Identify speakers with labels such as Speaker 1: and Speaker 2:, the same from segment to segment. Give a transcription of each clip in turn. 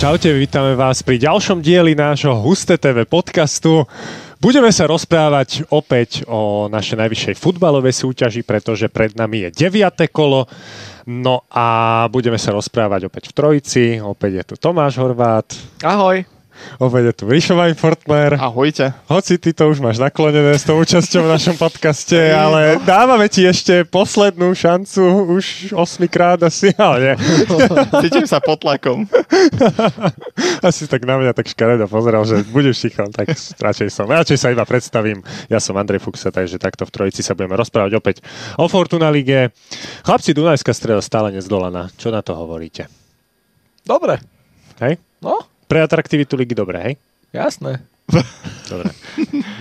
Speaker 1: Čaute, vítame vás pri ďalšom dieli nášho Husté TV podcastu. Budeme sa rozprávať opäť o našej najvyššej futbalovej súťaži, pretože pred nami je 9. kolo. No a budeme sa rozprávať opäť v trojici. Opäť je tu Tomáš Horvát,
Speaker 2: Ahoj.
Speaker 1: opäť je tu Rišo Weinfortner.
Speaker 2: Ahojte.
Speaker 1: Hoci ty to už máš naklonené s tou účasťou v našom podcaste, ale dávame ti ešte poslednú šancu, už osmikrát asi, ale nie.
Speaker 2: Cítim sa pod tlakom.
Speaker 1: Asi tak na mňa tak škaredo pozeral, že budeš ticho, tak radšej som. Radšej sa iba predstavím. Ja som Andrej Fuxa, takže takto v trojici sa budeme rozprávať opäť o Fortuna Lige. Chlapci, Dunajská streda stále nezdolaná. Čo na to hovoríte?
Speaker 3: Dobre,
Speaker 1: Hej?
Speaker 3: no,
Speaker 1: Pre atraktivitu ligy dobre, hej?
Speaker 3: jasné.
Speaker 1: Dobre.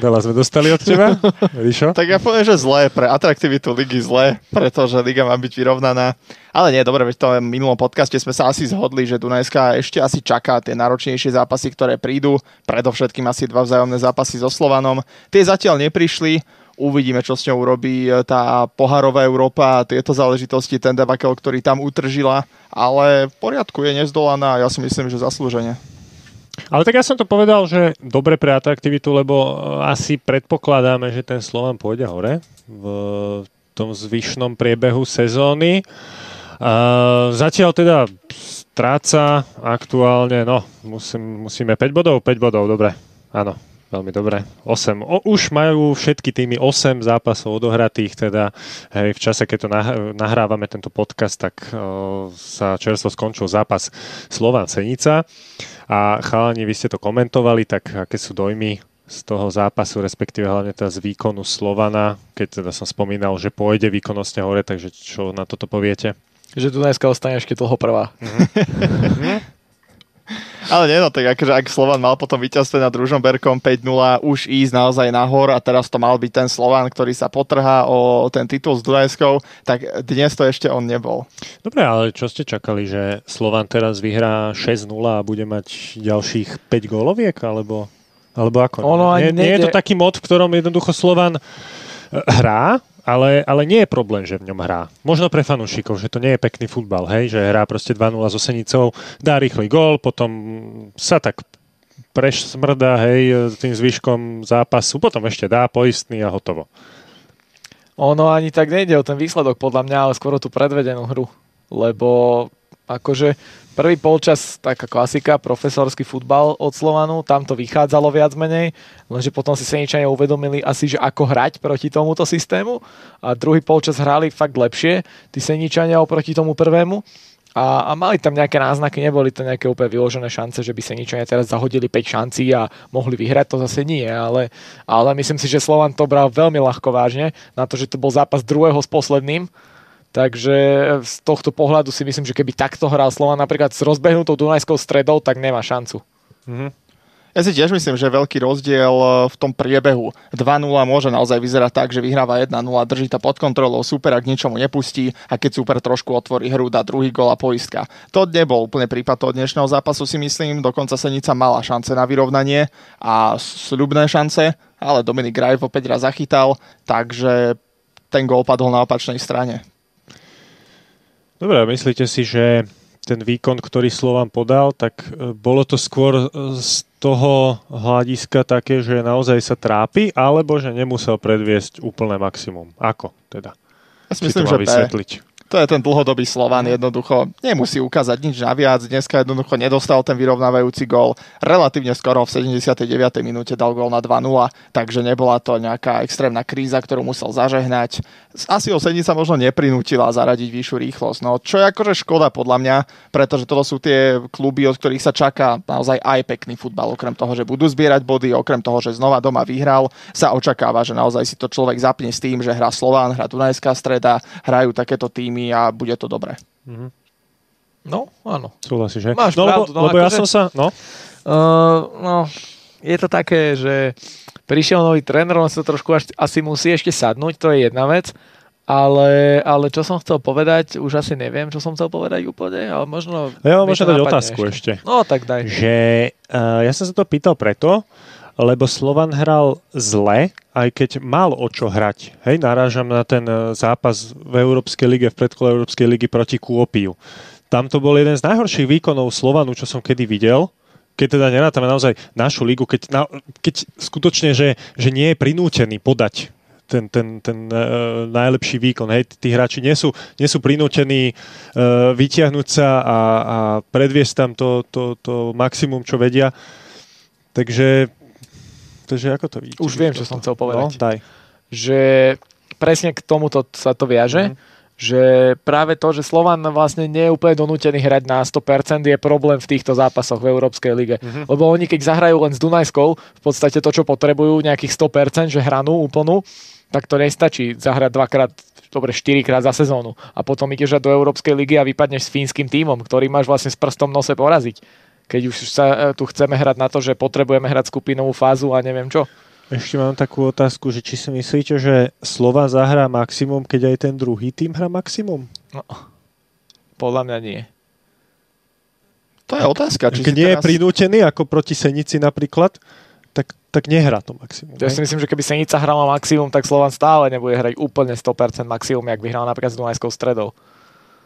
Speaker 1: Veľa sme dostali od teba, Rišo.
Speaker 2: Tak ja poviem, že zlé pre atraktivitu ligy zlé, pretože liga má byť vyrovnaná. Ale nie, dobre, veď to v minulom podcaste sme sa asi zhodli, že Dunajská ešte asi čaká tie náročnejšie zápasy, ktoré prídu. Predovšetkým asi dva vzájomné zápasy so Slovanom. Tie zatiaľ neprišli. Uvidíme, čo s ňou urobí e, tá poharová Európa a tieto záležitosti, ten debakel, ktorý tam utržila. Ale v poriadku, je nezdolaná a ja si myslím, že zaslúžene.
Speaker 1: Ale tak ja som to povedal, že dobre pre atraktivitu, lebo e, asi predpokladáme, že ten Slovan pôjde hore v tom zvyšnom priebehu sezóny. Uh, zatiaľ teda stráca aktuálne, no, musím, musíme 5 bodov, 5 bodov, dobre, áno, veľmi dobre, 8. O, už majú všetky týmy 8 zápasov odohratých, teda hej, v čase, keď to nah- nahrávame tento podcast, tak uh, sa čerstvo skončil zápas Slovan Senica a chalani, vy ste to komentovali, tak aké sú dojmy z toho zápasu, respektíve hlavne teda z výkonu Slovana, keď teda som spomínal, že pôjde výkonnostne hore, takže čo na toto poviete?
Speaker 3: Že Dunajská ostane ešte dlho prvá.
Speaker 2: Ale nie, no tak akože ak Slovan mal potom víťazstve nad Ružomberkom 5-0 už ísť naozaj nahor a teraz to mal byť ten Slovan, ktorý sa potrhá o ten titul s Dunajskou, tak dnes to ešte on nebol.
Speaker 1: Dobre, ale čo ste čakali, že Slovan teraz vyhrá 6-0 a bude mať ďalších 5 góloviek, alebo, alebo ako?
Speaker 3: Ono
Speaker 1: nie,
Speaker 3: ani
Speaker 1: nie je to
Speaker 3: nejde-
Speaker 1: taký mod, v ktorom jednoducho Slovan eh, hrá, ale, ale nie je problém, že v ňom hrá. Možno pre fanúšikov, že to nie je pekný futbal, hej, že hrá proste 2-0 so Senicou, dá rýchly gól, potom sa tak prešmrda, hej, tým zvyškom zápasu, potom ešte dá poistný a hotovo.
Speaker 3: Ono ani tak nejde o ten výsledok podľa mňa, ale skôr o tú predvedenú hru. Lebo akože prvý polčas, taká klasika, profesorský futbal od Slovanu, tam to vychádzalo viac menej, lenže potom si Seničania uvedomili asi, že ako hrať proti tomuto systému a druhý polčas hrali fakt lepšie, tí Seničania oproti tomu prvému a, a mali tam nejaké náznaky, neboli to nejaké úplne vyložené šance, že by Seničania teraz zahodili 5 šancí a mohli vyhrať, to zase nie, ale, ale myslím si, že Slovan to bral veľmi ľahko vážne na to, že to bol zápas druhého s posledným, Takže z tohto pohľadu si myslím, že keby takto hral Slovan napríklad s rozbehnutou Dunajskou stredou, tak nemá šancu.
Speaker 2: Ja si tiež myslím, že je veľký rozdiel e, v tom priebehu. 2-0 môže naozaj vyzerať tak, že vyhráva 1-0, drží to pod kontrolou, super ak ničomu nepustí a keď super trošku otvorí hru, dá druhý gól a poistka. To nebol úplne prípad toho dnešného zápasu si myslím, dokonca Senica mala šance na vyrovnanie a sľubné šance, ale Dominik Rajf opäť raz zachytal, takže ten gól padol na opačnej strane.
Speaker 1: Dobre, a myslíte si, že ten výkon, ktorý Slovan podal, tak e, bolo to skôr e, z toho hľadiska také, že naozaj sa trápi, alebo že nemusel predviesť úplné maximum. Ako teda?
Speaker 2: Ja
Speaker 1: Či
Speaker 2: si myslím,
Speaker 1: to má
Speaker 2: že P.
Speaker 1: vysvetliť.
Speaker 2: To je ten dlhodobý Slovan, jednoducho nemusí ukázať nič naviac, dneska jednoducho nedostal ten vyrovnávajúci gól, relatívne skoro v 79. minúte dal gól na 2-0, takže nebola to nejaká extrémna kríza, ktorú musel zažehnať. Asi ho Sednica možno neprinútila zaradiť vyššiu rýchlosť, no čo je akože škoda podľa mňa, pretože toto sú tie kluby, od ktorých sa čaká naozaj aj pekný futbal, okrem toho, že budú zbierať body, okrem toho, že znova doma vyhral, sa očakáva, že naozaj si to človek zapne s tým, že hrá Slován, hrá Dunajská streda, hrajú takéto týmy a bude to dobré.
Speaker 3: No, áno.
Speaker 1: Súhlasíš, že?
Speaker 3: Máš
Speaker 1: no,
Speaker 3: pravdu,
Speaker 1: lebo,
Speaker 3: no,
Speaker 1: lebo ja
Speaker 3: akože-
Speaker 1: som sa... No?
Speaker 3: Uh, no, je to také, že prišiel nový tréner, on sa trošku až, asi musí ešte sadnúť, to je jedna vec, ale, ale čo som chcel povedať, už asi neviem, čo som chcel povedať úplne, ale možno...
Speaker 1: Ja vám
Speaker 3: mi
Speaker 1: môžem
Speaker 3: to
Speaker 1: dať
Speaker 3: napadne
Speaker 1: otázku ešte.
Speaker 3: No, tak daj.
Speaker 1: že uh, ja som sa to pýtal preto, lebo Slovan hral zle, aj keď mal o čo hrať. Hej, narážam na ten eh, zápas v Európskej lige, v predkole Európskej ligy proti Kuopiu. Tam to bol jeden z najhorších výkonov Slovanu, čo som kedy videl keď teda nerátame naozaj našu lígu, keď, na, keď skutočne, že, že nie je prinútený podať ten, ten, ten uh, najlepší výkon. Hej, tí hráči nie sú, nie sú prinútení uh, vytiahnuť sa a, a predviesť tam to, to, to maximum, čo vedia. Takže, takže ako to vidíte?
Speaker 3: Už viem, čo som chcel povedať.
Speaker 1: No, daj.
Speaker 3: Že presne k tomuto sa to viaže. Mm-hmm že práve to, že Slovan vlastne nie je úplne donútený hrať na 100% je problém v týchto zápasoch v Európskej lige. Mm-hmm. Lebo oni keď zahrajú len s Dunajskou, v podstate to, čo potrebujú, nejakých 100%, že hranú úplnú, tak to nestačí zahrať dvakrát, dobre, štyrikrát za sezónu. A potom ideš do Európskej ligy a vypadneš s fínskym tímom, ktorý máš vlastne s prstom nose poraziť. Keď už sa e, tu chceme hrať na to, že potrebujeme hrať skupinovú fázu a neviem čo.
Speaker 1: Ešte mám takú otázku, že či si myslíte, že Slova zahrá maximum, keď aj ten druhý tým hrá maximum?
Speaker 3: No, podľa mňa nie.
Speaker 2: To je otázka.
Speaker 1: Či keď nie teraz... je prinútený, ako proti Senici napríklad, tak, tak nehrá to maximum.
Speaker 3: Ja si myslím, že keby Senica hrala maximum, tak Slovan stále nebude hrať úplne 100% maximum, jak by hral napríklad s Dunajskou stredou.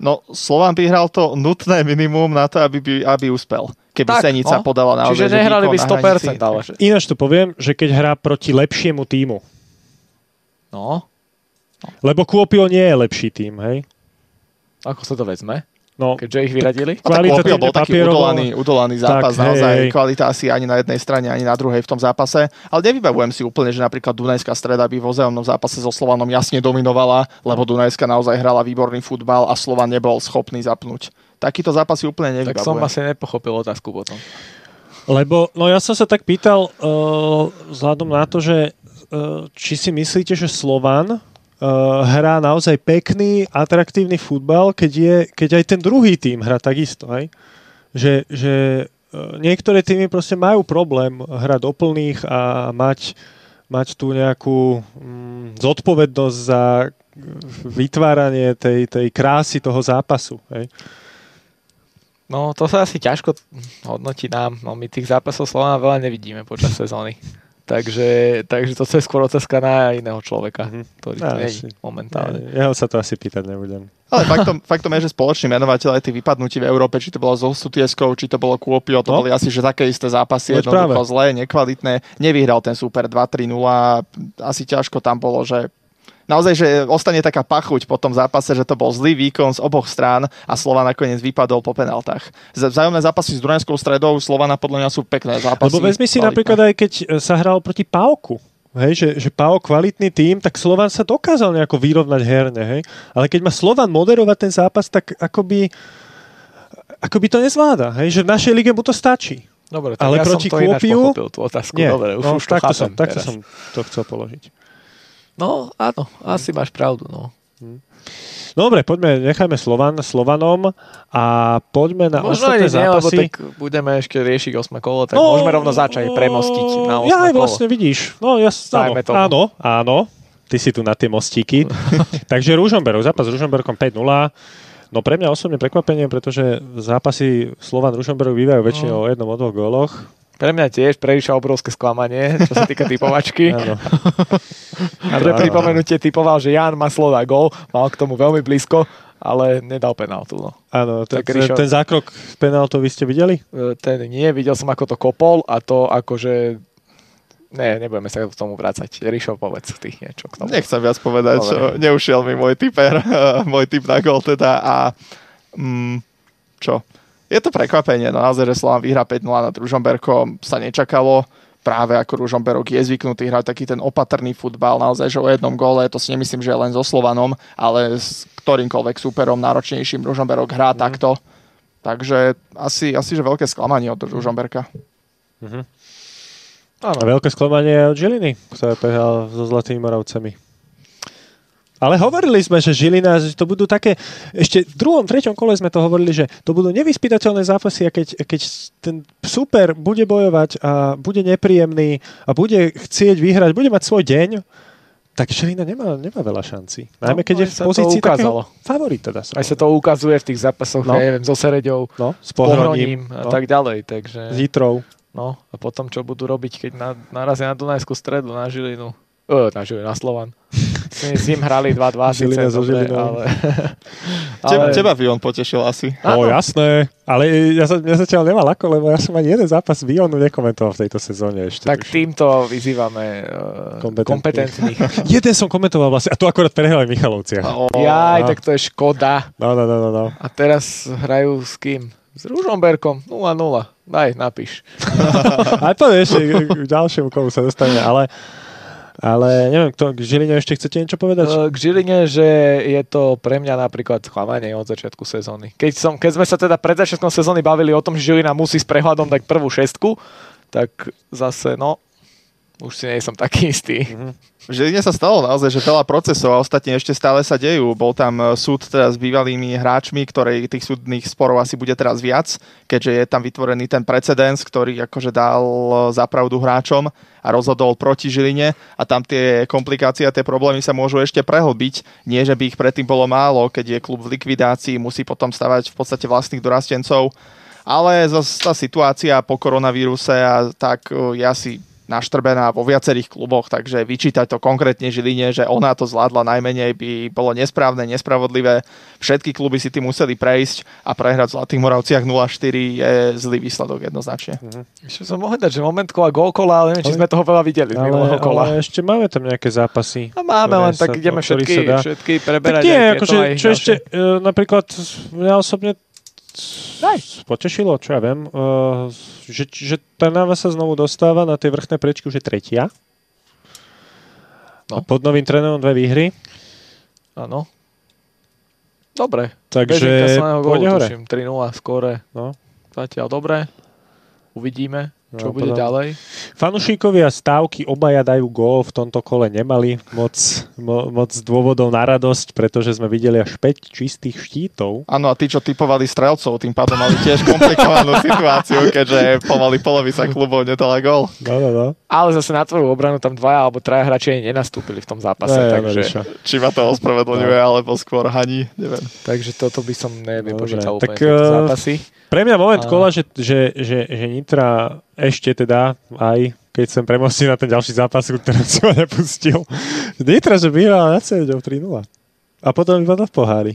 Speaker 2: No, Slovan by hral to nutné minimum na to, aby, by, aby uspel keby tak, Senica no. podala naozaj.
Speaker 3: Čiže nehrali by 100%. Hranici, ale. Takže...
Speaker 1: Ináč to poviem, že keď hrá proti lepšiemu týmu.
Speaker 3: No.
Speaker 1: no. Lebo Kuopio nie je lepší tým, hej?
Speaker 3: Ako sa to vezme?
Speaker 1: No,
Speaker 3: Keďže ich vyradili?
Speaker 2: Tak, kvalita to bol taký udolaný, udolaný zápas, tak, naozaj hej, hej. kvalita asi ani na jednej strane, ani na druhej v tom zápase. Ale nevybavujem si úplne, že napríklad Dunajská streda by vo vzájomnom zápase so Slovanom jasne dominovala, lebo Dunajská naozaj hrala výborný futbal a Slovan nebol schopný zapnúť takýto zápas si úplne nevybavujem.
Speaker 3: Tak som asi nepochopil otázku potom.
Speaker 1: Lebo, no ja som sa tak pýtal uh, vzhľadom na to, že uh, či si myslíte, že Slovan uh, hrá naozaj pekný, atraktívny futbal, keď, je, keď aj ten druhý tým hrá takisto, hej? Že, že uh, niektoré týmy proste majú problém hrať doplných a mať, mať tú nejakú um, zodpovednosť za vytváranie tej, tej krásy toho zápasu, hej?
Speaker 3: No to sa asi ťažko hodnotí nám. No my tých zápasov Slovana veľa nevidíme počas sezóny. takže, takže to je skôr otázka na iného človeka,
Speaker 2: Mhm.
Speaker 3: mm-hmm. ktorý ja, tu nie je momentálne.
Speaker 1: Ja, ja sa to asi pýtať nebudem.
Speaker 2: Ale faktom, faktom je, že spoločný menovateľ aj tých vypadnutí v Európe, či to bolo so Sutieskou, či to bolo Kuopio, to no. boli asi že také isté zápasy,
Speaker 1: Veď jednoducho práve.
Speaker 2: zlé, nekvalitné. Nevyhral ten super 2-3-0, asi ťažko tam bolo, že naozaj, že ostane taká pachuť po tom zápase, že to bol zlý výkon z oboch strán a Slova nakoniec vypadol po penaltách. Vzájomné zápasy s Dunajskou stredou Slovana podľa mňa sú pekné zápasy.
Speaker 1: Lebo vezmi si kvalitné. napríklad aj keď e, sa hral proti Pálku. Hej, že, že Pao kvalitný tým, tak Slovan sa dokázal nejako vyrovnať herne, hej? ale keď má Slovan moderovať ten zápas, tak akoby, akoby to nezvláda, hej? že v našej lige mu to stačí.
Speaker 3: Dobre, tak ale ja proti som to Kôpiu, pochopil, tú otázku. Nie, Dobre, už, no, už to
Speaker 1: takto,
Speaker 3: som,
Speaker 1: takto som to chcel položiť.
Speaker 3: No áno, asi máš pravdu. No.
Speaker 1: Dobre, poďme, nechajme Slovan Slovanom a poďme na
Speaker 3: Možno
Speaker 1: ostatné
Speaker 3: nie, zápasy. tak budeme ešte riešiť 8 kolo, tak no, môžeme rovno začať premostiť na 8
Speaker 1: Ja
Speaker 3: aj
Speaker 1: vlastne
Speaker 3: kolo.
Speaker 1: vidíš. No, ja, áno, tomu. áno, áno, ty si tu na tie mostíky. Takže Ružomberov, zápas s Ružomberkom 5-0. No pre mňa osobne prekvapenie, pretože zápasy Slovan Ružomberov bývajú väčšinou
Speaker 3: No.
Speaker 1: o jednom o dvoch góloch.
Speaker 3: Pre mňa tiež prejšia obrovské sklamanie, čo sa týka typovačky. Áno. A pre pripomenutie typoval, že Jan má slova gol, mal k tomu veľmi blízko, ale nedal penáltu. No.
Speaker 1: Áno, ten, tak, Ríšo, ten zákrok penáltu vy ste videli?
Speaker 3: E, Ten nie, videl som ako to kopol a to akože ne, nebudeme sa k tomu vrácať. Rišo, povedz ty niečo k tomu.
Speaker 2: Nechcem viac povedať, Dobre. čo neušiel mi môj typer, môj typ na gol teda a mm, čo? je to prekvapenie, no naozaj, že Slovan vyhra 5-0 nad Ružomberkom, sa nečakalo práve ako Ružomberok je zvyknutý hrať taký ten opatrný futbal, naozaj, že o jednom gole, to si nemyslím, že je len so Slovanom, ale s ktorýmkoľvek superom náročnejším Ružomberok hrá mm. takto. Takže asi, asi, že veľké sklamanie od Ružomberka.
Speaker 1: Mm-hmm. Áno. A veľké sklamanie od Žiliny, ktoré prehral so Zlatými Moravcami. Ale hovorili sme, že Žilina, že to budú také, ešte v druhom, treťom kole sme to hovorili, že to budú nevyspytateľné zápasy a keď, keď ten super bude bojovať a bude nepríjemný a bude chcieť vyhrať, bude mať svoj deň, tak Žilina nemá, nemá veľa šancí. Najmä keď no, je v pozícii takého favorita. Dá
Speaker 3: sa aj sa to ukazuje v tých zápasoch, no. neviem, so Sereďou,
Speaker 1: no,
Speaker 3: s Pohroním no. a tak ďalej. Takže...
Speaker 1: S Jitrou.
Speaker 3: No a potom čo budú robiť, keď na, narazia na Dunajskú stredu, na Žilinu. E, na Žilinu, na Slovan s ním hrali 2-2, síce, dobre, ale,
Speaker 2: Teba,
Speaker 3: Ale-
Speaker 2: teba by on potešil asi.
Speaker 1: O, No,
Speaker 3: Áno.
Speaker 1: jasné. Ale ja sa, mňa zatiaľ nemal ako, lebo ja som ani jeden zápas Vionu nekomentoval v tejto sezóne ešte.
Speaker 3: Tak
Speaker 1: tuším.
Speaker 3: týmto vyzývame eh,
Speaker 1: Kompetentných.
Speaker 3: kompetentných.
Speaker 1: Jeden som komentoval vlastne, a tu akorát prehrali Michalovcia.
Speaker 2: O,
Speaker 3: Jaj,
Speaker 1: Á.
Speaker 3: tak to je škoda.
Speaker 1: No, no, no, no, no.
Speaker 3: A teraz hrajú s kým? S Ružomberkom 0-0. Daj, napíš.
Speaker 1: Ale to ešte k k ďalšiemu komu sa dostane, ale... Ale neviem, kto, k Žiline ešte chcete niečo povedať?
Speaker 3: E, K Žiline, že je to pre mňa napríklad sklamanie od začiatku sezóny. Keď, som, keď sme sa teda pred začiatkom sezóny bavili o tom, že Žilina musí s prehľadom dať prvú šestku, tak zase, no, už si nie som taký istý.
Speaker 1: Mhm.
Speaker 2: V Žiline sa stalo naozaj, že veľa procesov a ostatne ešte stále sa dejú. Bol tam e, súd teda s bývalými hráčmi, ktorej tých súdnych sporov asi bude teraz viac, keďže je tam vytvorený ten precedens, ktorý akože dal e, zapravdu hráčom a rozhodol proti Žiline a tam tie komplikácie a tie problémy sa môžu ešte prehlbiť. Nie, že by ich predtým bolo málo, keď je klub v likvidácii, musí potom stavať v podstate vlastných dorastencov. Ale zase tá situácia po koronavíruse a tak e, je asi naštrbená vo viacerých kluboch, takže vyčítať to konkrétne Žiline, že ona to zvládla najmenej, by bolo nesprávne, nespravodlivé. Všetky kluby si tým museli prejsť a prehrať v Zlatých Moravciach 0-4 je zlý výsledok jednoznačne.
Speaker 3: Ešte som mohol dať, že moment kola, gol kola, ale neviem, či
Speaker 1: Ale-
Speaker 3: sme toho veľa videli z minulého
Speaker 1: Ale,
Speaker 3: kola.
Speaker 1: ale ešte máme tam nejaké zápasy.
Speaker 3: A máme
Speaker 1: ktoré
Speaker 3: len, tak
Speaker 1: sa-
Speaker 3: ideme
Speaker 1: o ktorých
Speaker 3: všetky,
Speaker 1: sa dá.
Speaker 3: všetky
Speaker 1: Tak
Speaker 3: preberať.
Speaker 1: nie,
Speaker 3: aj tieto,
Speaker 1: akože,
Speaker 3: aj
Speaker 1: čo
Speaker 3: ďalšie.
Speaker 1: ešte, e, napríklad mňa osobne Daj. potešilo, čo ja viem, e, že, že Trnava sa znovu dostáva na tie vrchné prečky, už je tretia. No. A
Speaker 3: No.
Speaker 1: pod novým trénerom dve výhry.
Speaker 3: Áno. Dobre. Bez
Speaker 1: Takže
Speaker 3: inkasovaného gólu,
Speaker 1: pôjde hore.
Speaker 3: tuším, 3-0 skóre.
Speaker 1: No.
Speaker 3: Zatiaľ dobre. Uvidíme, čo
Speaker 1: No,
Speaker 3: bude
Speaker 1: podľa-
Speaker 3: ďalej.
Speaker 1: Fanušíkovia stávky obaja dajú gól, v tomto kole nemali moc, mo, moc dôvodov na radosť, pretože sme videli až 5 čistých štítov.
Speaker 2: Áno, a tí, čo typovali strelcov, tým pádom mali tiež komplikovanú situáciu, keďže pomaly polovica klubov nedala gól.
Speaker 1: No, no, no.
Speaker 3: Ale zase na tvoju obranu tam dvaja alebo traja hráči ani nenastúpili v tom zápase,
Speaker 1: Ne,
Speaker 3: takže,
Speaker 1: Mariša.
Speaker 2: Či ma to ospravedlňuje, alebo skôr haní, neviem.
Speaker 3: takže toto by som nevypočítal
Speaker 1: Dobre,
Speaker 3: úplne
Speaker 1: tak,
Speaker 3: tieto
Speaker 1: eh,
Speaker 3: zápasy.
Speaker 1: Pre mňa moment
Speaker 3: A-
Speaker 1: kola, že, že, že, že Nitra ešte teda aj keď som premostil na ten ďalší zápas, ku ktorému som ma nepustil. Nitra, že bývala nad Sevedou 3-0. A potom iba to v pohári.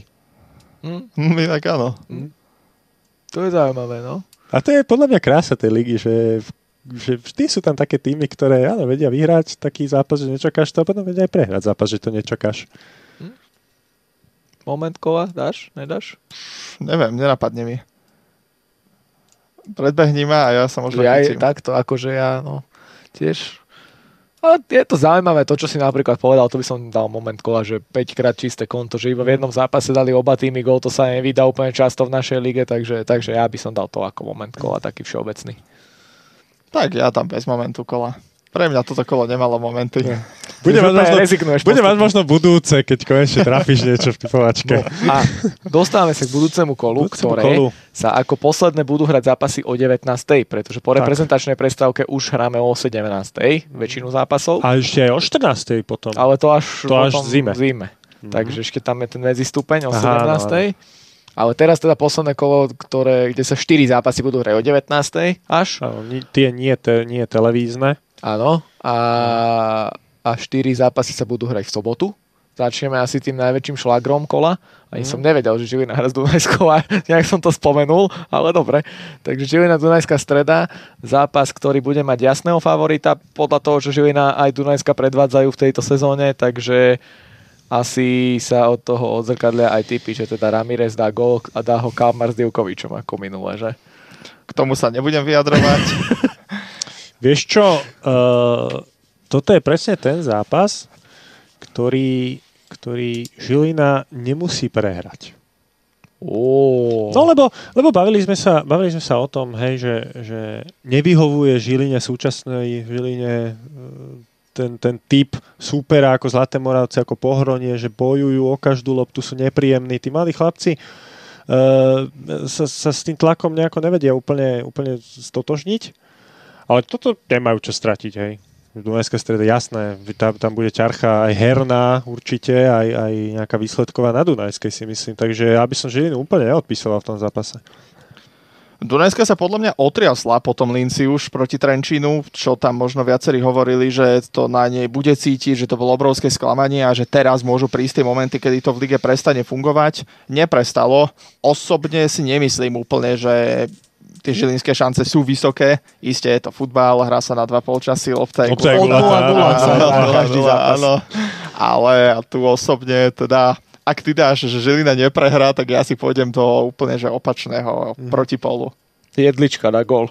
Speaker 3: Hm,
Speaker 2: Hm, inak áno.
Speaker 3: to je zaujímavé, no.
Speaker 1: A to je podľa mňa krása tej ligy, že, že vždy sú tam také týmy, ktoré áno, vedia vyhrať taký zápas, že nečakáš to a potom vedia aj prehrať zápas, že to nečakáš.
Speaker 3: Moment kola, dáš, nedáš?
Speaker 2: Neviem, nenapadne mi. Predbehni ma a ja sa možno
Speaker 3: ja je
Speaker 2: chytím.
Speaker 3: takto, akože ja, no, tiež. Ale je to zaujímavé, to, čo si napríklad povedal, to by som dal moment kola, že 5 krát čisté konto, že iba v jednom zápase dali oba týmy gól, to sa nevydá úplne často v našej lige, takže, takže ja by som dal to ako moment kola, taký všeobecný.
Speaker 2: Tak ja tam bez momentu kola. Pre mňa toto kolo nemalo momenty.
Speaker 1: Nie. Bude mať
Speaker 3: Úplne
Speaker 1: možno,
Speaker 3: rezignuješ
Speaker 1: bude mať
Speaker 3: postupne.
Speaker 1: možno budúce, keď konečne trafíš niečo v typovačke.
Speaker 3: No, a dostávame sa k budúcemu kolu,
Speaker 1: Budúcemu
Speaker 3: ktoré
Speaker 1: kolu.
Speaker 3: sa ako posledné budú hrať zápasy o 19. pretože
Speaker 1: Tak.
Speaker 3: po reprezentačnej prestávke už hráme o 17. väčšinu zápasov,
Speaker 1: A ešte aj o 14. potom.
Speaker 3: ale to až,
Speaker 1: To až v
Speaker 3: potom
Speaker 1: zime. Mhm.
Speaker 3: zime. Takže ešte tam je ten medzistúpeň o
Speaker 1: Aha,
Speaker 3: 17. Ale teraz teda posledné kolo, ktoré, kde sa 4 zápasy budú hrať o 19. až.
Speaker 1: Áno, ni- tie nie, te, nie televízne.
Speaker 3: Áno. A, a 4 zápasy sa budú hrať v sobotu. Začneme asi tým najväčším šlagrom kola. Ani som nevedel, že Žilina hra z Dunajskova, nejak som to spomenul, ale dobre. Takže Žilina Dunajská streda, zápas, ktorý bude mať jasného favorita podľa toho, čo Žilina aj Dunajska predvádzajú v tejto sezóne, takže asi sa od toho odzrkadlia aj typy, že teda Ramirez dá gol a dá ho Kalmar s Divkovičom ako minule, že?
Speaker 2: K tomu sa nebudem vyjadrovať.
Speaker 1: Vieš čo, uh, toto je presne ten zápas, ktorý, ktorý Žilina nemusí prehrať.
Speaker 3: Ó.
Speaker 1: No lebo, lebo bavili, sme sa, bavili sme sa o tom, hej, že, že nevyhovuje Žiline súčasnej Žiline eh, ten, ten typ súpera ako Zlaté Moravce, ako Pohronie, že bojujú o každú loptu, sú nepríjemní. Tí malí chlapci eh, sa, sa s tým tlakom nejako nevedia úplne, úplne stotožniť. Ale toto nemajú čo stratiť, hej. Dunajská streda, jasné, tam, tam bude ťarcha aj herná určite, aj, aj nejaká výsledková na Dunajskej si myslím, takže ja by som Žilinu úplne neodpísala v tom zápase.
Speaker 2: Dunajska sa podľa mňa otriasla po tom Linci už proti Trenčínu, čo tam možno viacerí hovorili, že to na nej bude cítiť, že to bolo obrovské sklamanie a že teraz môžu prísť tie momenty, kedy to v lige prestane fungovať. Neprestalo. Osobne si nemyslím úplne, že tie žilinské šance sú vysoké. Isté je to futbal, hrá sa na dva polčasy, lopta je
Speaker 1: Lopta je
Speaker 2: gula.
Speaker 1: gula,
Speaker 2: Áno,
Speaker 1: áno,
Speaker 2: áno,
Speaker 1: áno,
Speaker 2: každý
Speaker 1: áno,
Speaker 2: zápas. Ale ja tu osobne teda ak ty dáš, že Žilina neprehrá, tak ja si pôjdem do úplne že opačného protipolu.
Speaker 3: Jedlička na gol.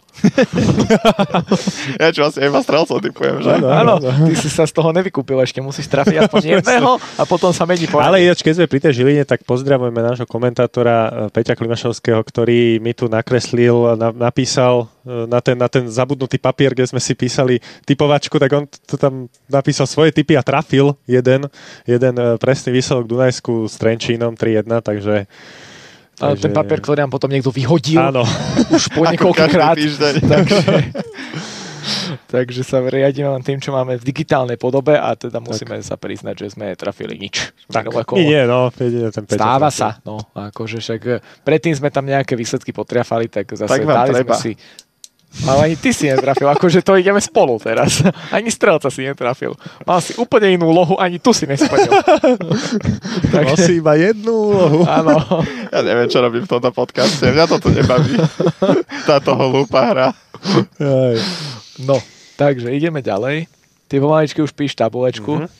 Speaker 2: Ja čo asi iba strelcov typujem, že?
Speaker 1: Áno,
Speaker 3: Áno,
Speaker 1: áno.
Speaker 3: ty si sa z toho nevykúpil ešte, musíš trafiť aspoň jedného a potom sa mení po.
Speaker 1: Ale ináč, keď sme pri tej Žiline, tak pozdravujeme nášho komentátora e, Peťa Klimašovského, ktorý mi tu nakreslil, eh, na, napísal e, na ten, na ten zabudnutý papier, kde sme si písali typovačku, tak on to tam napísal svoje typy a trafil jeden, jeden e, presný výsledok Dunajsku s Trenčínom 3-1, takže...
Speaker 3: A ten papier, ktorý nám potom niekto vyhodil
Speaker 1: Áno,
Speaker 3: už po
Speaker 2: Ako
Speaker 3: niekoľkokrát.
Speaker 2: každý týždeň.
Speaker 3: Takže, takže sa riadíme len tým, čo máme v digitálnej podobe a teda musíme sa priznať, že sme netrafili nič.
Speaker 1: tak,
Speaker 3: Minulé kolo.
Speaker 1: nie, nie, no, jedine ten Peťa
Speaker 3: Stáva
Speaker 1: trafil.
Speaker 3: sa, no, akože však eh, predtým sme tam nejaké výsledky potriafali, tak zase
Speaker 2: Tak
Speaker 3: tak
Speaker 2: vám
Speaker 3: dali treba.
Speaker 2: treba.
Speaker 3: sme si ale ani ty si netrafil, akože to ideme spolu teraz. Ani strelca si netrafil. Mal si úplne inú lohu, ani tu si nesplnil.
Speaker 1: Mal si iba jednu úlohu.
Speaker 3: Áno.
Speaker 2: Ja neviem, čo robím v tomto podcaste. Mňa toto nebaví. Táto hlúpa hra.
Speaker 1: Aj.
Speaker 3: No, takže ideme ďalej. Ty pomaličky už píš tabulečku. Mm-hmm.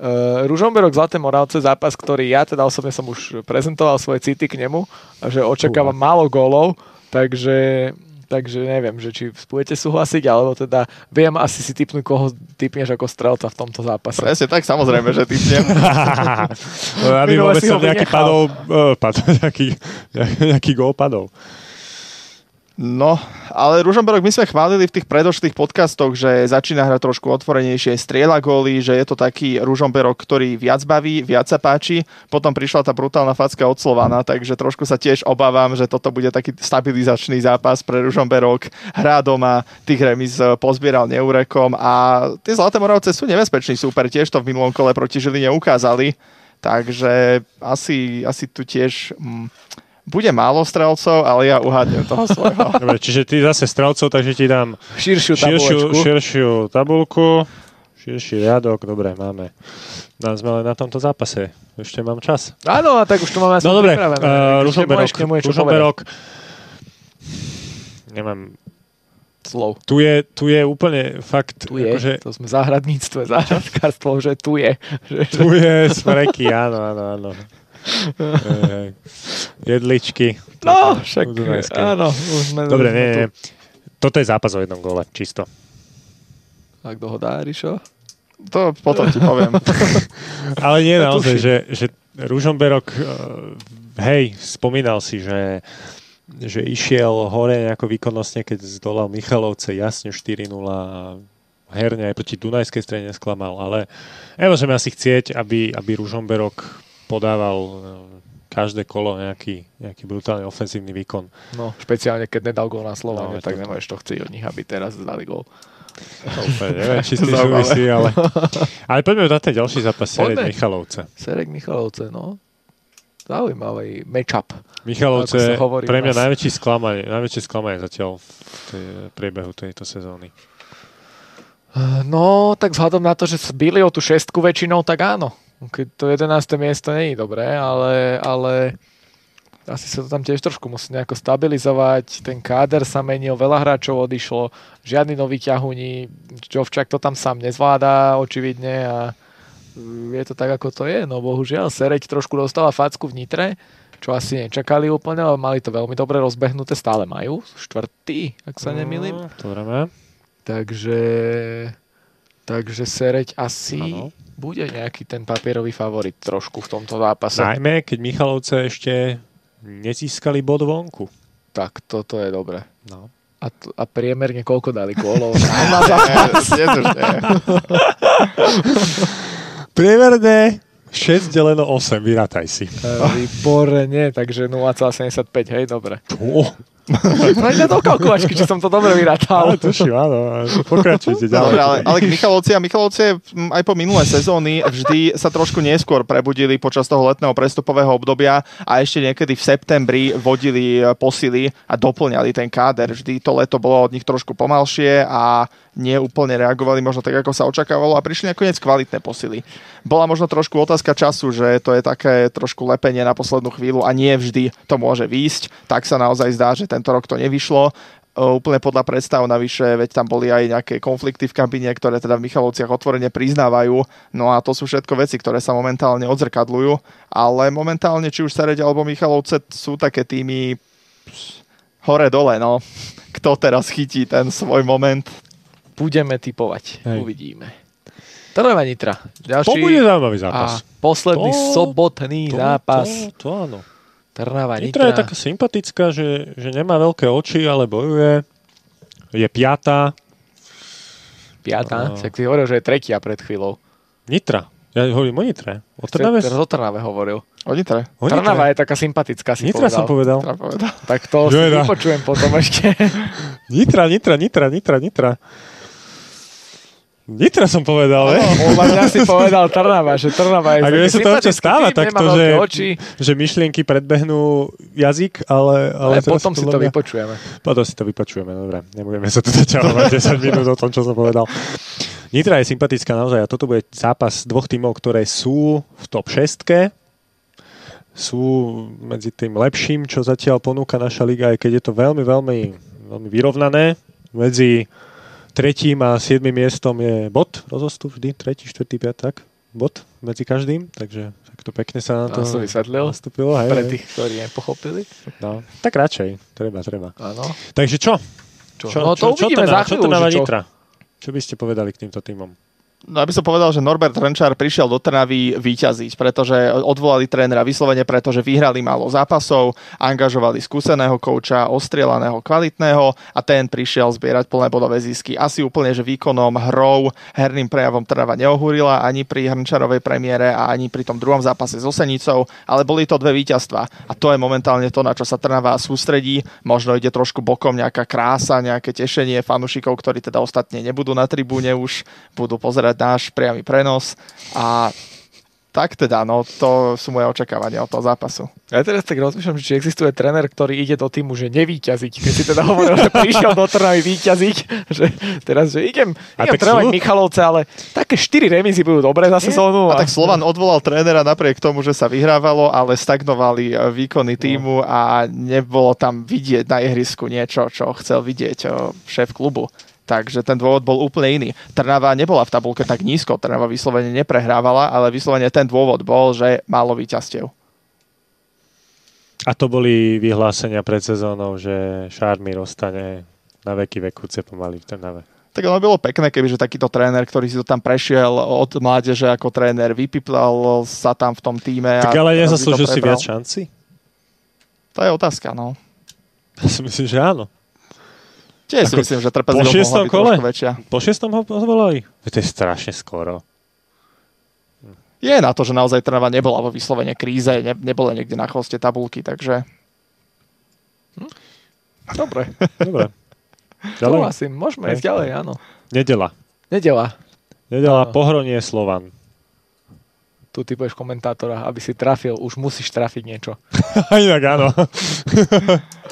Speaker 3: Uh, Ružomberok Zlaté Moravce, zápas, ktorý ja teda osobne som už prezentoval svoje city k nemu, a že očakávam málo gólov, takže, takže neviem, že či budete súhlasiť, alebo teda viem asi si typnúť, koho typneš ako strelca v tomto zápase.
Speaker 2: Presne tak, samozrejme, že ty mne.
Speaker 1: Aby
Speaker 3: Minule
Speaker 1: vôbec
Speaker 3: si ho
Speaker 1: tam nejaký
Speaker 3: vynechal.
Speaker 1: padol, e, padol nejaký, nejaký gól padol.
Speaker 2: No, ale Ružomberok my sme chválili v tých predošlých podcastoch, že začína hrať trošku otvorenejšie, strieľa góly, že je to taký Ružomberok, ktorý viac baví, viac sa páči. Potom prišla tá brutálna facka od Slovana, takže trošku sa tiež obávam, že toto bude taký stabilizačný zápas pre Ružomberok. Hrá doma, tých remis e, pozbieral neurekom a tie Zlaté Moravce sú nebezpečný súper, tiež to v minulom kole proti Žiline ukázali. Takže asi, asi tu tiež... Mm, bude málo strelcov, ale ja uhádnem toho svojho.
Speaker 1: Dobre, čiže ty zase strelcov, takže ti dám
Speaker 3: Širšiu
Speaker 1: širšiu,
Speaker 3: tabulečku.
Speaker 1: širšiu tabulku, širší riadok, dobre, máme. Nám sme len na tomto zápase, ešte mám čas.
Speaker 3: Áno, a tak už to máme aspoň
Speaker 1: No dobre, uh,
Speaker 3: pripravené. Takže
Speaker 1: Ružomberok,
Speaker 3: môžeš k nemu niečo
Speaker 1: Ružomberok, nemám,
Speaker 3: povedať. Slov.
Speaker 1: tu je, tu je úplne fakt,
Speaker 3: Tu je,
Speaker 1: akože,
Speaker 3: to sme v záhradníctve, záhradkárstvo, že tu je. Že, že...
Speaker 1: tu je smreky, áno, áno, áno. Eh, Jedličky. Také,
Speaker 3: No, však,
Speaker 1: u Dunajskej.
Speaker 3: áno, už sme...
Speaker 1: Dobre,
Speaker 3: už sme
Speaker 1: nie,
Speaker 3: tu.
Speaker 1: nie. Toto je zápas o jednom gole, čisto.
Speaker 3: Tak dohodá, Rišo?
Speaker 2: To potom ti poviem.
Speaker 1: Ale nie
Speaker 3: Ja
Speaker 1: naozaj,
Speaker 3: tuším.
Speaker 1: že, že Ružomberok, eh, hej, spomínal si, že, že išiel hore nejako výkonnostne, keď zdolal Michalovce jasne 4-0 a herne aj proti Dunajskej strane sklamal, ale nemôžeme asi chcieť, aby, aby Ružomberok podával eh, každé kolo nejaký, nejaký brutálny ofenzívny výkon.
Speaker 3: No, špeciálne keď nedal gól na Slovanie,
Speaker 1: No,
Speaker 3: no, tak
Speaker 1: toto.
Speaker 3: nemôžeš to chcieť od nich, aby teraz dali gól.
Speaker 1: To úplne neviem, či s tým
Speaker 2: Zaujímavé.
Speaker 1: súvisí, ale... Ale poďme na ten ďalší zápas, Sereď
Speaker 3: Poďme.
Speaker 1: Michalovce.
Speaker 3: Serek Michalovce, no. Zaujímavý matchup.
Speaker 1: Michalovce,
Speaker 3: Ako sa hovorí vlastne.
Speaker 1: pre
Speaker 3: u
Speaker 1: mňa
Speaker 3: nás.
Speaker 1: najväčší sklamanie, najväčšie sklamanie zatiaľ v tej, eh, priebehu tejto sezóny.
Speaker 3: No, tak vzhľadom na to, že sa bili o tú šestku väčšinou, tak áno. Keď to 11. miesto nie je dobré, ale, ale asi sa to tam tiež trošku musí nejako stabilizovať. Ten káder sa menil, veľa hráčov odišlo, žiadny nový ťahuní, Čovčak to tam sám nezvláda očividne a mm, je to tak, ako to je. No bohužiaľ, Sereď trošku dostala facku v Nitre, čo asi nečakali úplne, ale mali to veľmi dobre rozbehnuté, stále majú, sú štvrtý, ak sa nemýlim.
Speaker 1: Mm, To vrame.
Speaker 3: Takže, takže Sereď asi
Speaker 1: Áno.
Speaker 3: ano. bude nejaký ten papierový favorit trošku v tomto zápase. Naj.
Speaker 1: Najmä, keď Michalovce ešte nezískali bod vonku.
Speaker 3: Tak toto je dobre.
Speaker 1: No.
Speaker 3: A, t- a priemerne koľko dali gólov?
Speaker 2: Nie, nie, nie.
Speaker 1: Priemerné 6 deleno 8, vyrátaj si.
Speaker 3: E, Výborne, takže 0,75, hej, dobre.
Speaker 1: Čo?
Speaker 3: Poďme do kalkulačky, či som to dobre vyrátal.
Speaker 1: Ale tuším, áno. Pokračujte ďalej.
Speaker 2: Dobre, ale, ale Michalovci a Michalovce m, aj po minulé sezóny vždy sa trošku neskôr prebudili počas toho letného prestupového obdobia a ešte niekedy v septembri vodili e, posily a doplňali ten káder. Vždy to leto bolo od nich trošku pomalšie a neúplne reagovali možno tak, ako sa očakávalo a prišli nakoniec kvalitné posily. Bola možno trošku otázka času, že to je také trošku lepenie na poslednú chvíľu a nie vždy to môže výjsť. Tak sa naozaj zdá, že tento rok to nevyšlo úplne podľa predstav, navyše, veď tam boli aj nejaké konflikty v kabíne, ktoré teda v Michalovciach otvorene priznávajú, no a to sú všetko veci, ktoré sa momentálne odzrkadľujú, ale momentálne, či už Sereď alebo Michalovce sú také týmy pš, hore-dole, no. Kto teraz chytí ten svoj moment?
Speaker 3: Budeme typovať.
Speaker 1: Hej.
Speaker 3: Uvidíme. Trnava Nitra. Ďalší
Speaker 1: To bude zaujímavý
Speaker 3: a
Speaker 1: zápas.
Speaker 3: posledný
Speaker 1: To-
Speaker 3: sobotný
Speaker 1: To-
Speaker 3: zápas.
Speaker 1: To, to áno.
Speaker 3: Trnava
Speaker 1: Nitra je
Speaker 3: Nitra.
Speaker 1: taká sympatická, že, že nemá veľké oči, ale bojuje. Je piatá. A-
Speaker 3: Piatá. Však si hovoril, že je tretia pred chvíľou.
Speaker 1: Nitra. Ja hovorím o Nitre. O Trnave.
Speaker 3: Teraz o Trnave hovoril.
Speaker 2: O Nitre,
Speaker 1: O Nitre.
Speaker 3: Trnava je taká sympatická, si
Speaker 1: Nitra som
Speaker 3: povedal.
Speaker 1: povedal.
Speaker 2: treba povedať.
Speaker 3: Tak to si
Speaker 1: Že da.
Speaker 3: vypočujem potom ešte.
Speaker 1: Nitra, Nitra, Nitra, Nitra, Nitra. Nitra som povedal, ne?
Speaker 3: Podľa mňa si povedal Trnava, že Trnava je
Speaker 1: A mne sa
Speaker 3: taký
Speaker 1: to občas
Speaker 3: sympatický
Speaker 1: stáva
Speaker 3: tým,
Speaker 1: takto,
Speaker 3: nemá
Speaker 1: že,
Speaker 3: veľké oči,
Speaker 1: že myšlienky predbehnú jazyk, ale... Ale,
Speaker 3: ale
Speaker 1: teraz
Speaker 3: potom si to
Speaker 1: podľa mňa-
Speaker 3: vypočujeme.
Speaker 1: Potom si to vypočujeme, no dobre. Nebudeme sa tu zaťahovať 10 minút o tom, čo som povedal. Nitra je sympatická naozaj a toto bude zápas dvoch tímov, ktoré sú v top 6 sú medzi tým lepším, čo zatiaľ ponúka naša liga, aj keď je to veľmi, veľmi, veľmi vyrovnané. Medzi tretím a siedmým miestom je bod rozostup vždy, tretí, štvrtý, piat, tak, bod medzi každým, takže takto pekne sa na No
Speaker 3: To
Speaker 1: to
Speaker 3: som vysvetlil
Speaker 1: nastúpilo. Hej,
Speaker 3: pre
Speaker 1: hej.
Speaker 3: tých, ktorí nepochopili.
Speaker 1: No, tak radšej, treba, treba.
Speaker 3: Áno.
Speaker 1: Takže čo?
Speaker 3: Čo? No to uvidíme
Speaker 1: to na-
Speaker 3: za
Speaker 1: Čo to
Speaker 3: chvíľu,
Speaker 1: dáva
Speaker 3: že čo?
Speaker 1: Nitra? Čo by ste povedali k týmto týmom?
Speaker 2: No aby som povedal, že Norbert Renčár prišiel do Trnavy výťaziť, pretože odvolali trénera vyslovene, pretože vyhrali málo zápasov, angažovali skúseného kouča, ostrielaného, kvalitného a ten prišiel zbierať plné bodové zisky. Asi úplne, že výkonom, hrou, herným prejavom Trnava neohúrila ani pri Hrnčarovej premiére a ani pri tom druhom zápase s Osenicou, ale boli to dve víťazstva a to je momentálne to, na čo sa Trnava sústredí. Možno ide trošku bokom nejaká krása, nejaké tešenie fanúšikov, ktorí teda ostatne nebudú na tribúne už, budú pozerať náš priamy prenos a tak teda, no to sú moje očakávania od toho zápasu.
Speaker 3: Ja teraz tak rozmýšľam, že či existuje tréner, ktorý ide do týmu, že nevíťaziť. Keď si teda hovoril, že prišiel do Trnavy výťaziť, že teraz, že idem,
Speaker 1: A
Speaker 3: idem
Speaker 1: tak
Speaker 3: trénovať
Speaker 1: sú.
Speaker 3: Michalovce, ale také 4 remízy budú dobré za sezónu.
Speaker 2: A tak Slovan odvolal trénera napriek tomu, že sa vyhrávalo, ale stagnovali e, výkony
Speaker 1: No.
Speaker 2: týmu a nebolo tam vidieť na ihrisku niečo, čo chcel vidieť e, šéf klubu. Takže ten dôvod bol úplne iný. Trnava nebola v tabulke tak nízko, Trnava vyslovene neprehrávala, ale vyslovene ten dôvod bol, že málo výťazstiev.
Speaker 1: A to boli vyhlásenia pred sezónou, že Šarmír ostane na veky vekúce pomaly v Trnave.
Speaker 2: Tak ono bolo pekné, kebyže takýto tréner, ktorý si to tam prešiel od mládeže ako tréner, vypiplal sa tam v tom týme.
Speaker 1: Tak
Speaker 2: a
Speaker 1: ale
Speaker 2: teraz by to
Speaker 1: nezaslúžil si
Speaker 2: prebral.
Speaker 1: viac šanci?
Speaker 2: To je otázka, no.
Speaker 1: Ja si myslím, že áno.
Speaker 2: Tiež si
Speaker 1: Ako
Speaker 2: myslím, že trpezlivosť
Speaker 1: po šiestom
Speaker 2: mohla byť
Speaker 1: kole?
Speaker 2: trošku väčšia.
Speaker 1: Po šiestom ho pozvolali. To je strašne skoro.
Speaker 2: Je na to, že naozaj Trnava nebola vo vyslovene kríze, ne, nebola niekde na chvoste tabulky, takže
Speaker 3: Dobre,
Speaker 1: Dobre. Ďalej.
Speaker 3: súhlasím, môžeme
Speaker 1: Hej.
Speaker 3: ísť ďalej, áno.
Speaker 1: Nedela.
Speaker 3: Nedela.
Speaker 1: Nedela
Speaker 3: Áno.
Speaker 1: pohronie Slovan.
Speaker 3: Tu ty budeš komentátora, aby si trafil, už musíš trafiť niečo.
Speaker 1: A inak áno.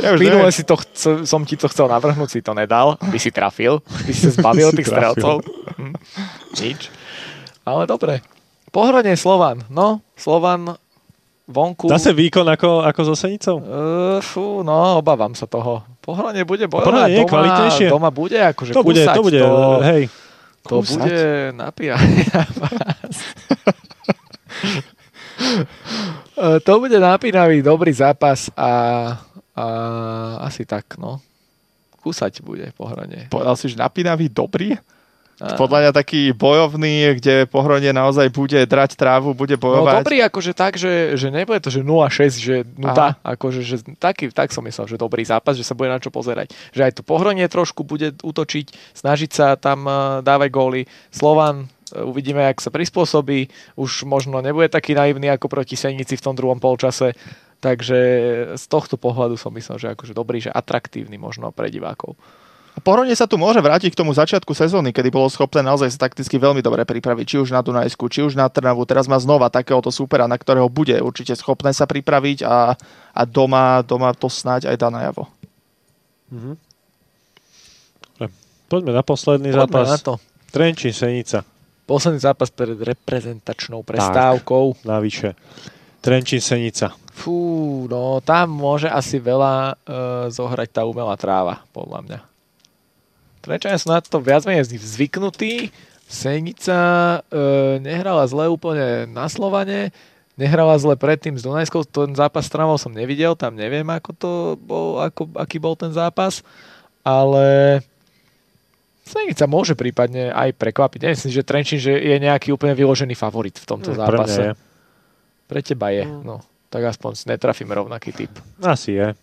Speaker 2: ja už
Speaker 3: Minule
Speaker 2: neviem,
Speaker 3: si to chce, som ti to chcel navrhnúť, si to nedal, aby si trafil, aby si sa zbavil
Speaker 1: Si
Speaker 3: tých
Speaker 1: trafil.
Speaker 3: strelcov. Hm, Nič. Ale dobre. Pohronie Slovan. No, Slovan vonku.
Speaker 1: Zase výkon ako, ako so Senicou?
Speaker 3: Eh, fú, no, obávam sa toho. Pohronie bude bojovať.
Speaker 1: Pohronie je
Speaker 3: doma,
Speaker 1: kvalitnejšie.
Speaker 3: Doma bude akože
Speaker 1: To bude,
Speaker 3: kúsať,
Speaker 1: to bude,
Speaker 3: To,
Speaker 1: hej.
Speaker 3: to
Speaker 2: kúsať.
Speaker 3: bude napínanie na vás. Eh, to bude napínavý, dobrý zápas a, a asi tak, no. Kúsať bude pohronie.
Speaker 2: povedal si, že napínavý, dobrý.
Speaker 3: A-
Speaker 2: Podľa mňa taký bojovný, kde pohronie naozaj bude drať trávu, bude
Speaker 3: No
Speaker 2: bojovať.
Speaker 3: dobrý akože tak, že, že nebude to, že 0-6, že nuda, akože že taký, tak som myslel, že dobrý zápas, že sa bude na čo pozerať. Že aj to pohronie trošku bude útočiť, snažiť sa tam eh, dávať góly. Slovan, eh, uvidíme, ak sa prispôsobí, už možno nebude taký naivný ako proti Senici v tom druhom polčase. Takže z tohto pohľadu som myslel, že akože dobrý, že atraktívny možno pre divákov.
Speaker 2: Porovne sa tu môže vrátiť k tomu začiatku sezóny, kedy bolo schopné naozaj sa takticky veľmi dobre pripraviť, či už na Dunajsku, či už na Trnavu. Teraz má znova takéhoto supera, na ktorého bude určite schopné sa pripraviť a, a doma, doma to snáď aj dá najavo.
Speaker 1: Mhm. Dobre, Poďme na posledný
Speaker 3: Poďme
Speaker 1: zápas.
Speaker 3: na to.
Speaker 1: Trenčín, Senica.
Speaker 3: Posledný zápas pred reprezentačnou prestávkou.
Speaker 1: Navyše. Trenčín, Senica.
Speaker 3: Fú, no tam môže asi veľa e, zohrať tá umelá tráva, podľa mňa. Trenčania sú na to viac menej z- zvyknutí. Senica e, nehrala zle úplne na Slovane, nehrala zle predtým s Dunajskou, ten zápas s Tramou som nevidel, tam neviem, ako to bol, ako, aký bol ten zápas, ale Senica môže prípadne aj prekvapiť. Nemyslím, že Trenčín že je nejaký úplne vyložený favorit v tomto
Speaker 1: Pre mňa
Speaker 3: zápase.
Speaker 1: je.
Speaker 3: Pre teba je,
Speaker 1: Mm.
Speaker 3: no. Tak aspoň si netrafím rovnaký typ.
Speaker 1: Asi je.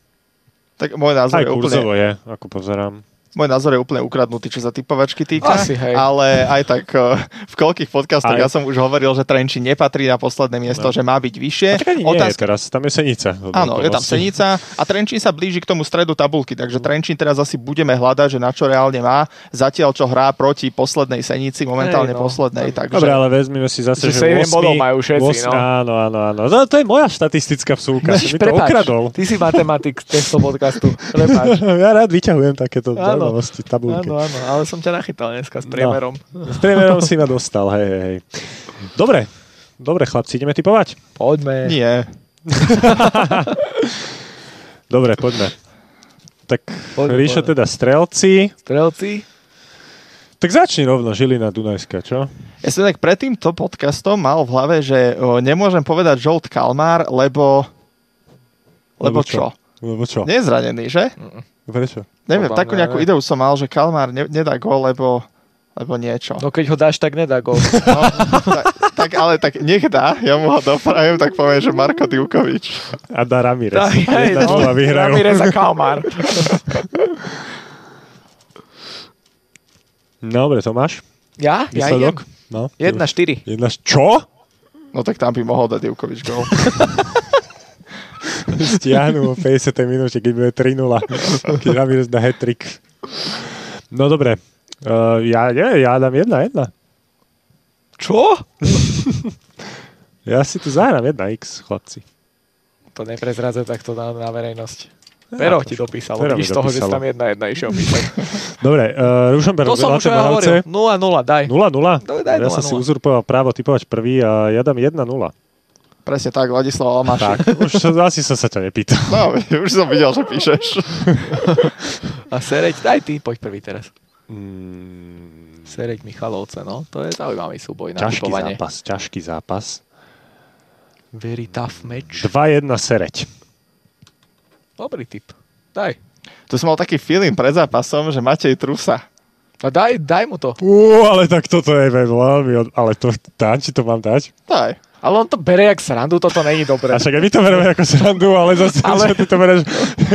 Speaker 2: Tak môj
Speaker 1: Aj
Speaker 2: názor, je úplne,
Speaker 1: kurzovo je, ako pozerám.
Speaker 2: môj názor je úplne ukradnutý, čo sa typovačky týka.
Speaker 3: Asi, hej.
Speaker 2: Ale aj tak e, v koľkých podcastoch
Speaker 1: Aj.
Speaker 2: ja som už hovoril, že Trenčín nepatrí na posledné miesto,
Speaker 1: No.
Speaker 2: že má byť vyššie.
Speaker 1: A čakaj, nie je teraz, tam je Senica.
Speaker 2: Áno, je tam Senica a Trenčín sa blíži k tomu stredu tabulky, takže Trenčín teraz asi budeme hľadať, že na čo reálne má, zatiaľ čo hrá proti poslednej Senici, momentálne
Speaker 3: Hej, no.
Speaker 2: poslednej, takže
Speaker 1: Dobre, ale vezmime si zase,
Speaker 3: Že
Speaker 1: že,
Speaker 3: sedem
Speaker 1: 8,
Speaker 3: bodov majú všetci, no.
Speaker 1: Áno, áno, áno. No, to je moja štatistická vsúka. si mi to
Speaker 3: Prepáč,
Speaker 1: okradol.
Speaker 3: ty si matematik z tohto podcastu. Prepáč.
Speaker 1: ja rád vyťahujem takéto
Speaker 3: Áno.
Speaker 1: zaujímavosti, tabulky. No.
Speaker 3: Áno, áno, ale som ťa nachytal dneska s priemerom.
Speaker 1: S priemerom si ma dostal, hej, hej, hej. Dobre, dobre chlapci, ideme typovať?
Speaker 3: Poďme.
Speaker 2: nie.
Speaker 1: Dobre, poďme. Tak
Speaker 3: Poďme,
Speaker 1: Ríša
Speaker 3: poďme.
Speaker 1: teda strelci.
Speaker 3: Strelci?
Speaker 1: Tak začni rovno Žilina Dunajska, čo?
Speaker 2: Ja som tak pred týmto podcastom mal v hlave, že o, nemôžem povedať Žolt Kalmár, lebo...
Speaker 1: Lebo
Speaker 2: Lebo, čo?
Speaker 1: čo? Lebo čo?
Speaker 2: Nie je zranený, že?
Speaker 1: Prečo?
Speaker 2: Neviem,
Speaker 3: Podľa
Speaker 2: takú
Speaker 3: mňa
Speaker 2: nejakú
Speaker 3: ne.
Speaker 2: ideu som mal, že Kalmár ne, nedá gól, lebo, lebo niečo.
Speaker 3: No keď ho dáš, tak nedá gol.
Speaker 2: No, tak, tak, ale tak nech dá, ja mu ho doprajem, tak poviem, že Marko Divkovič.
Speaker 1: A dá Ramirez.
Speaker 3: Tak, hej,
Speaker 1: Jedna, no, vyhrajú.
Speaker 3: Ramirez a Kalmar.
Speaker 1: No, Dobre, Tomáš,
Speaker 3: Ja? Ja idem.
Speaker 1: výsledok? No,
Speaker 3: 1-4.
Speaker 1: Jedna, š- čo?
Speaker 2: No tak tam by mohol dať Divkovič gól.
Speaker 1: Stiahnu v 50. minúte, keď bude 3-0. Keď Ramirez dá hat-trick. No dobre. Uh, ja, nie, ja dám 1-1.
Speaker 3: Čo?
Speaker 1: Ja si tu zahrám 1x, chlapci.
Speaker 3: To neprezrádza takto na, na verejnosť. Pero ti dopísal,
Speaker 1: Pero mi
Speaker 3: vidíš z toho, že si
Speaker 1: dopísalo.
Speaker 3: tam 1-1 išiel písať.
Speaker 1: Dobre, uh, Ružomber
Speaker 3: To som už aj hovoril. 0-0, daj.
Speaker 1: No. 0-0?
Speaker 3: To daj
Speaker 1: ja som
Speaker 3: 0:0.
Speaker 1: si uzurpoval právo typovať prvý a ja dám 1-0.
Speaker 2: Presne tak, Ladislav Almaši.
Speaker 1: Tak, už som, asi som sa ťa nepýtal.
Speaker 2: No, už som videl, že píšeš.
Speaker 3: A Sereď, daj ty, poď prvý teraz.
Speaker 1: Mm,
Speaker 3: Sereď Michalovce, no. To je zaujímavý súboj na
Speaker 1: ťažký
Speaker 3: typovanie.
Speaker 1: zápas, ťažký zápas.
Speaker 3: Very tough match.
Speaker 1: 2-1 Sereď.
Speaker 3: Dobrý tip. Daj.
Speaker 2: Tu som mal taký feeling pred zápasom, že Matej Trusa.
Speaker 3: A No daj, daj mu to.
Speaker 1: Ú, ale tak toto je veľmi... od- Ale to, dám, či to mám dať?
Speaker 2: Daj.
Speaker 3: Ale on to bere jak srandu, toto není dobré.
Speaker 1: A však aj my to bereme ako srandu, ale zase ale... ty to bereš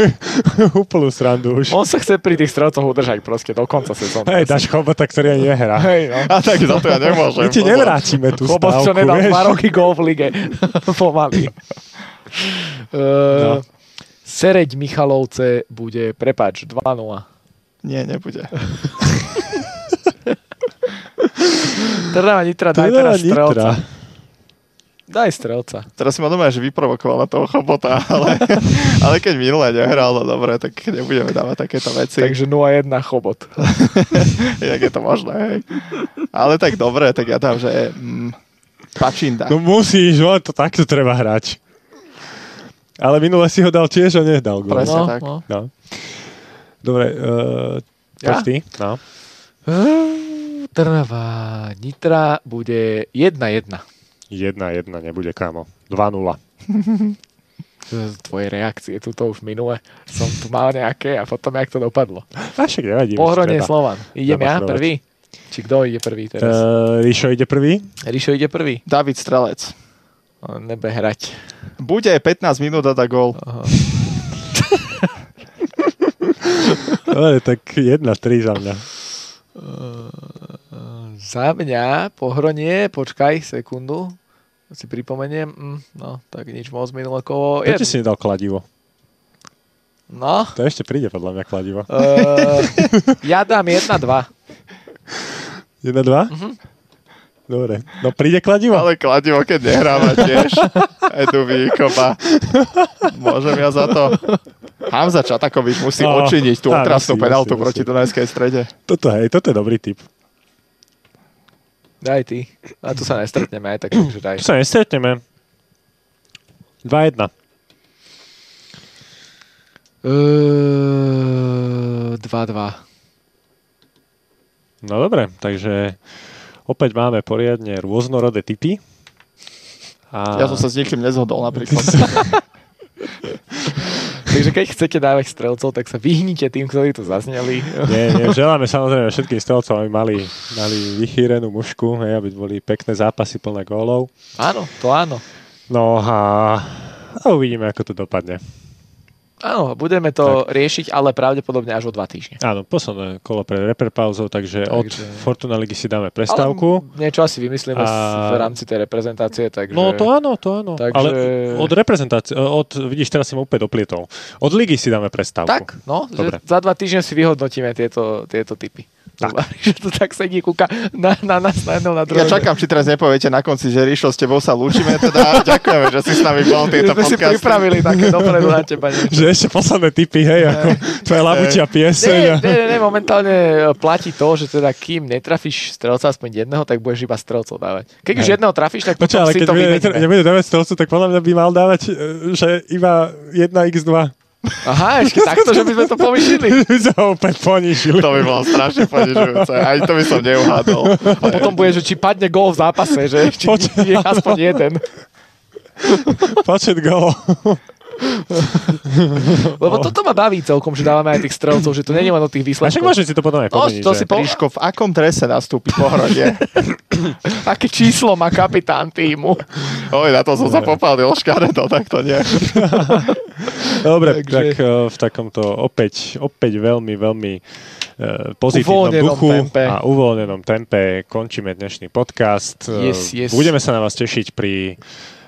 Speaker 1: úplnú srandu už.
Speaker 3: On sa chce pri tých strelcoch udržať proste do konca sezóny.
Speaker 1: Hej, dáš chobota, ktorý ani nehrá.
Speaker 3: Hej, no.
Speaker 2: A tak za to ja nemôžem.
Speaker 1: My ti
Speaker 2: pozor.
Speaker 1: nevrátime tú
Speaker 3: Chobot,
Speaker 1: stávku,
Speaker 3: čo nedal
Speaker 1: vieš?
Speaker 3: dva roky gol v lige. Pomaly.
Speaker 1: No.
Speaker 3: Uh, Sereď Michalovce bude, prepáč, 2-0.
Speaker 2: Nie, nebude.
Speaker 3: Trnava Nitra, daj
Speaker 1: Trnava,
Speaker 3: teraz
Speaker 1: Nitra.
Speaker 3: strelca. Daj strelca.
Speaker 2: Teraz si ma doma až vyprovokovala toho chobota, ale, ale keď minulé nehral, no dobre, tak nebudeme dávať takéto veci. Takže...
Speaker 3: Takže 0-1 chobot.
Speaker 2: Jak je to možné, hej. Ale tak dobre, tak ja dám, že mm, Pačinda.
Speaker 1: No musíš, ale to takto treba hrať. Ale minule si ho dal tiež a nedal gól.
Speaker 2: Presne.
Speaker 1: No.
Speaker 2: tak.
Speaker 3: no.
Speaker 1: no. Dobre, uh, ja?
Speaker 3: Ja?
Speaker 1: ty? No.
Speaker 3: Uh, Trnava Nitra bude 1-1.
Speaker 1: Jedna, jedna, nebude kámo. 2-0.
Speaker 3: Z tvojej reakcie, tuto už minule som tu mal nejaké a potom jak to dopadlo.
Speaker 1: A však nevadí.
Speaker 3: Pohronie
Speaker 1: teda
Speaker 3: Slovan. Idem
Speaker 1: Treba
Speaker 3: ja
Speaker 1: trovať.
Speaker 3: prvý? Či kto ide prvý teraz?
Speaker 1: Uh, Ríšo ide prvý?
Speaker 3: Ríšo ide prvý.
Speaker 2: David Strelec.
Speaker 3: On Nebe hrať.
Speaker 2: Bude 15 minút a dá gól.
Speaker 1: Ale tak 1-3 za mňa.
Speaker 3: Za mňa pohronie, počkaj sekundu. si pripomeniem, mm, no tak nič moc minulokovo.
Speaker 1: Prečo si nedal kladivo?
Speaker 3: No,
Speaker 1: To ešte príde podľa mňa kladivo.
Speaker 3: uh, ja dám 1-2.
Speaker 1: 1, 2? Mm-hmm. Dobre. No príde kladivo?
Speaker 2: Ale kladivo, keď nehráva tiež. Edu výkopa. Môžem ja za to. Hamza Čatakovič musí
Speaker 1: No,
Speaker 2: odčiniť tú
Speaker 1: áno,
Speaker 2: otrasnú
Speaker 1: musí,
Speaker 2: penaltu
Speaker 1: musí,
Speaker 2: proti
Speaker 1: musí.
Speaker 2: Dunajskej strede.
Speaker 1: Toto, hej, toto je dobrý tip.
Speaker 3: Daj ty. A tu sa nestretneme aj tak, takže daj.
Speaker 1: Tu sa nestretneme. 2-1.
Speaker 3: Uh, 2-2.
Speaker 1: No dobre, takže opäť máme poriadne rôznorodé typy. A...
Speaker 2: Ja som sa s nikým nezhodol napríklad.
Speaker 3: Takže keď chcete dávať strelcov, tak sa vyhnite tým, ktorí tu zazneli.
Speaker 1: Nie, nie, želáme samozrejme všetkým strelcom, aby mali, mali vychýrenú mušku, hej, aby boli pekné zápasy plné gólov.
Speaker 3: áno, to áno.
Speaker 1: No a, a uvidíme, ako to dopadne.
Speaker 3: Áno, budeme to riešiť, ale pravdepodobne až o dva týždne.
Speaker 1: Áno, posledné kolo pre reper pauzou, takže, takže od
Speaker 3: Takže-
Speaker 1: Fortuna Ligy si dáme prestávku.
Speaker 3: Ale niečo asi vymyslíme
Speaker 1: A-
Speaker 3: a... v rámci tej reprezentácie, takže...
Speaker 1: No to áno, to áno. Takže...
Speaker 3: Takže-
Speaker 1: Ale od reprezentácie, od, vidíš, teraz si ma úplne doplietol. Od ligy si dáme prestávku.
Speaker 3: Tak, no,
Speaker 1: Dobre.
Speaker 3: že za dva týždne si vyhodnotíme tieto, tieto typy.
Speaker 1: Tak.
Speaker 3: že to tak sedí, kúka na, na nás na jednom, na druhom.
Speaker 2: Ja čakám, či teraz nepoviete na konci, že Rišo, s tebou sa lúčime. Teda ďakujeme, že si s nami bol
Speaker 3: Že
Speaker 2: tieto
Speaker 3: sme si
Speaker 2: podcasty.
Speaker 3: pripravili také dopredu na teba. Nie,
Speaker 1: Že ešte posledné typy, hej, ako tvoja labučia pieseň.
Speaker 3: nie,
Speaker 1: a-
Speaker 3: nie, nie, momentálne e, platí to, že teda kým netrafíš strelca aspoň jedného, tak budeš iba strelcov dávať. Keď už
Speaker 1: Hej.
Speaker 3: jedného trafíš, tak
Speaker 1: Počkaj, ale
Speaker 3: potom si
Speaker 1: keď
Speaker 3: to
Speaker 1: bude,
Speaker 3: vymeníme.
Speaker 1: nebude dávať strelcu, tak podľa mňa by mal dávať, e, že iba 1x2.
Speaker 3: Aha, ešte takto, že by sme to pomýšili.
Speaker 1: My sme ho opäť ponižili.
Speaker 2: To by bolo strašne ponižujúce. Ani to by som neuhádol.
Speaker 3: A potom bude, že či padne gól v zápase, že či
Speaker 1: Počkaj,
Speaker 3: je aspoň jeden.
Speaker 1: Počet gólov.
Speaker 3: Lebo toto ma baví celkom, že dávame aj tých strelcov, že to nie je len o tých
Speaker 1: Oh. A však
Speaker 3: výsledkoch.
Speaker 1: môžeš si to potom aj
Speaker 3: No,
Speaker 1: pomeniť,
Speaker 3: to
Speaker 1: že?
Speaker 3: si po...
Speaker 2: Ríško, v akom drese nastúpi po hrode?
Speaker 3: Aké číslo má kapitán týmu?
Speaker 2: Oj, na to som sa popálil škaredo, tak to nie.
Speaker 1: Dobre,
Speaker 3: Takže-
Speaker 1: tak e, v takomto opäť, opäť veľmi, veľmi e, pozitívnom
Speaker 3: Uvoľnenom
Speaker 1: duchu
Speaker 3: tempe.
Speaker 1: a uvoľnenom tempe končíme dnešný podcast. E,
Speaker 3: Yes, yes.
Speaker 1: Budeme sa na vás tešiť pri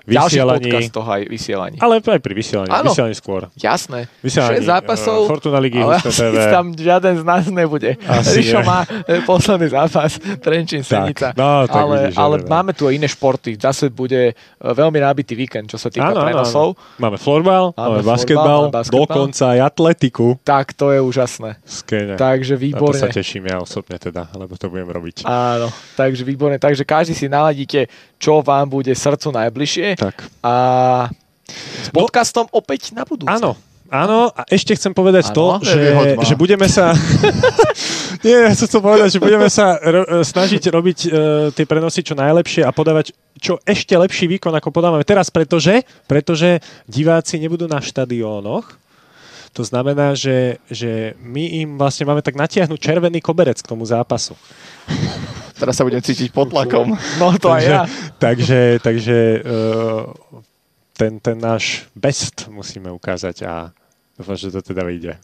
Speaker 3: Ďalší
Speaker 1: vysielaní.
Speaker 3: podcast toho aj vysielaní.
Speaker 1: Ale aj pri vysielaní.
Speaker 3: Áno.
Speaker 1: Vysielaní skôr.
Speaker 3: Jasné.
Speaker 1: Vysielaní
Speaker 3: Šesť zápasov,
Speaker 1: e, Fortuna Ligy,
Speaker 3: ale
Speaker 1: Husné
Speaker 3: asi
Speaker 1: TV.
Speaker 3: tam žiaden z nás nebude.
Speaker 1: Asi
Speaker 3: Rišo
Speaker 1: nie.
Speaker 3: má e, posledný zápas, Trenčín, Senica.
Speaker 1: no, tak
Speaker 3: ale
Speaker 1: vidíš,
Speaker 3: ale
Speaker 1: dobre, no.
Speaker 3: máme tu aj iné športy. Zase bude e, veľmi nabitý víkend, čo sa týka
Speaker 1: Áno, áno,
Speaker 3: prenosov.
Speaker 1: áno. Máme florbal,
Speaker 3: Máme
Speaker 1: máme,
Speaker 3: florbal,
Speaker 1: basketbal,
Speaker 3: máme basketbal.
Speaker 1: dokonca aj atletiku.
Speaker 3: Tak to je úžasné.
Speaker 1: Skene. Na to
Speaker 3: Takže
Speaker 1: sa
Speaker 3: výborne.
Speaker 1: teším ja osobne teda, lebo to budem robiť.
Speaker 3: Áno, takže výborne. Takže každý si naladíte, čo vám bude srdcu najbližšie
Speaker 1: Tak. No.
Speaker 3: a s podcastom opäť na budúce.
Speaker 1: Áno, áno, a ešte chcem povedať
Speaker 3: Áno,
Speaker 1: to, že,
Speaker 2: nevyhoď ma.
Speaker 1: že budeme sa... Nie, ja som chcel povedať, že budeme sa ro- snažiť robiť e, tie prenosy čo najlepšie a podávať čo ešte lepší výkon, ako podávame teraz, pretože, pretože diváci nebudú na štadiónoch. To znamená, že, že my im vlastne máme tak natiahnuť červený koberec k tomu zápasu.
Speaker 2: Teraz sa budem cítiť pod tlakom.
Speaker 3: No to aj
Speaker 1: takže,
Speaker 3: ja.
Speaker 1: Takže, takže uh, ten, ten náš best musíme ukázať a dúfam, že to teda vyjde.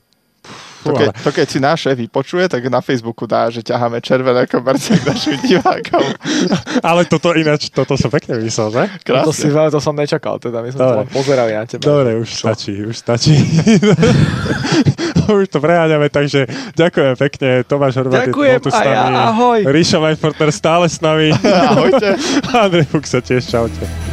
Speaker 2: To, ke, to keď si naše vypočuje, tak na Facebooku dá, že ťaháme červené komerce k našim divákom.
Speaker 1: Ale toto ináč, toto som pekne myslel, že?
Speaker 3: To,
Speaker 2: Krásne.
Speaker 3: si, to som nečakal, teda my sme to
Speaker 1: Dobre.
Speaker 3: len pozerali na teba.
Speaker 1: Dobre, už stačí, už stačí. už to preháňame, takže ďakujem pekne. Tomáš Horvat je
Speaker 3: Ďakujem
Speaker 1: tu s
Speaker 3: a ja,
Speaker 1: nami.
Speaker 3: ahoj.
Speaker 1: Ríša Majfortner stále s nami.
Speaker 2: Ahojte.
Speaker 1: Andrej Fuchs sa tiež, čaute.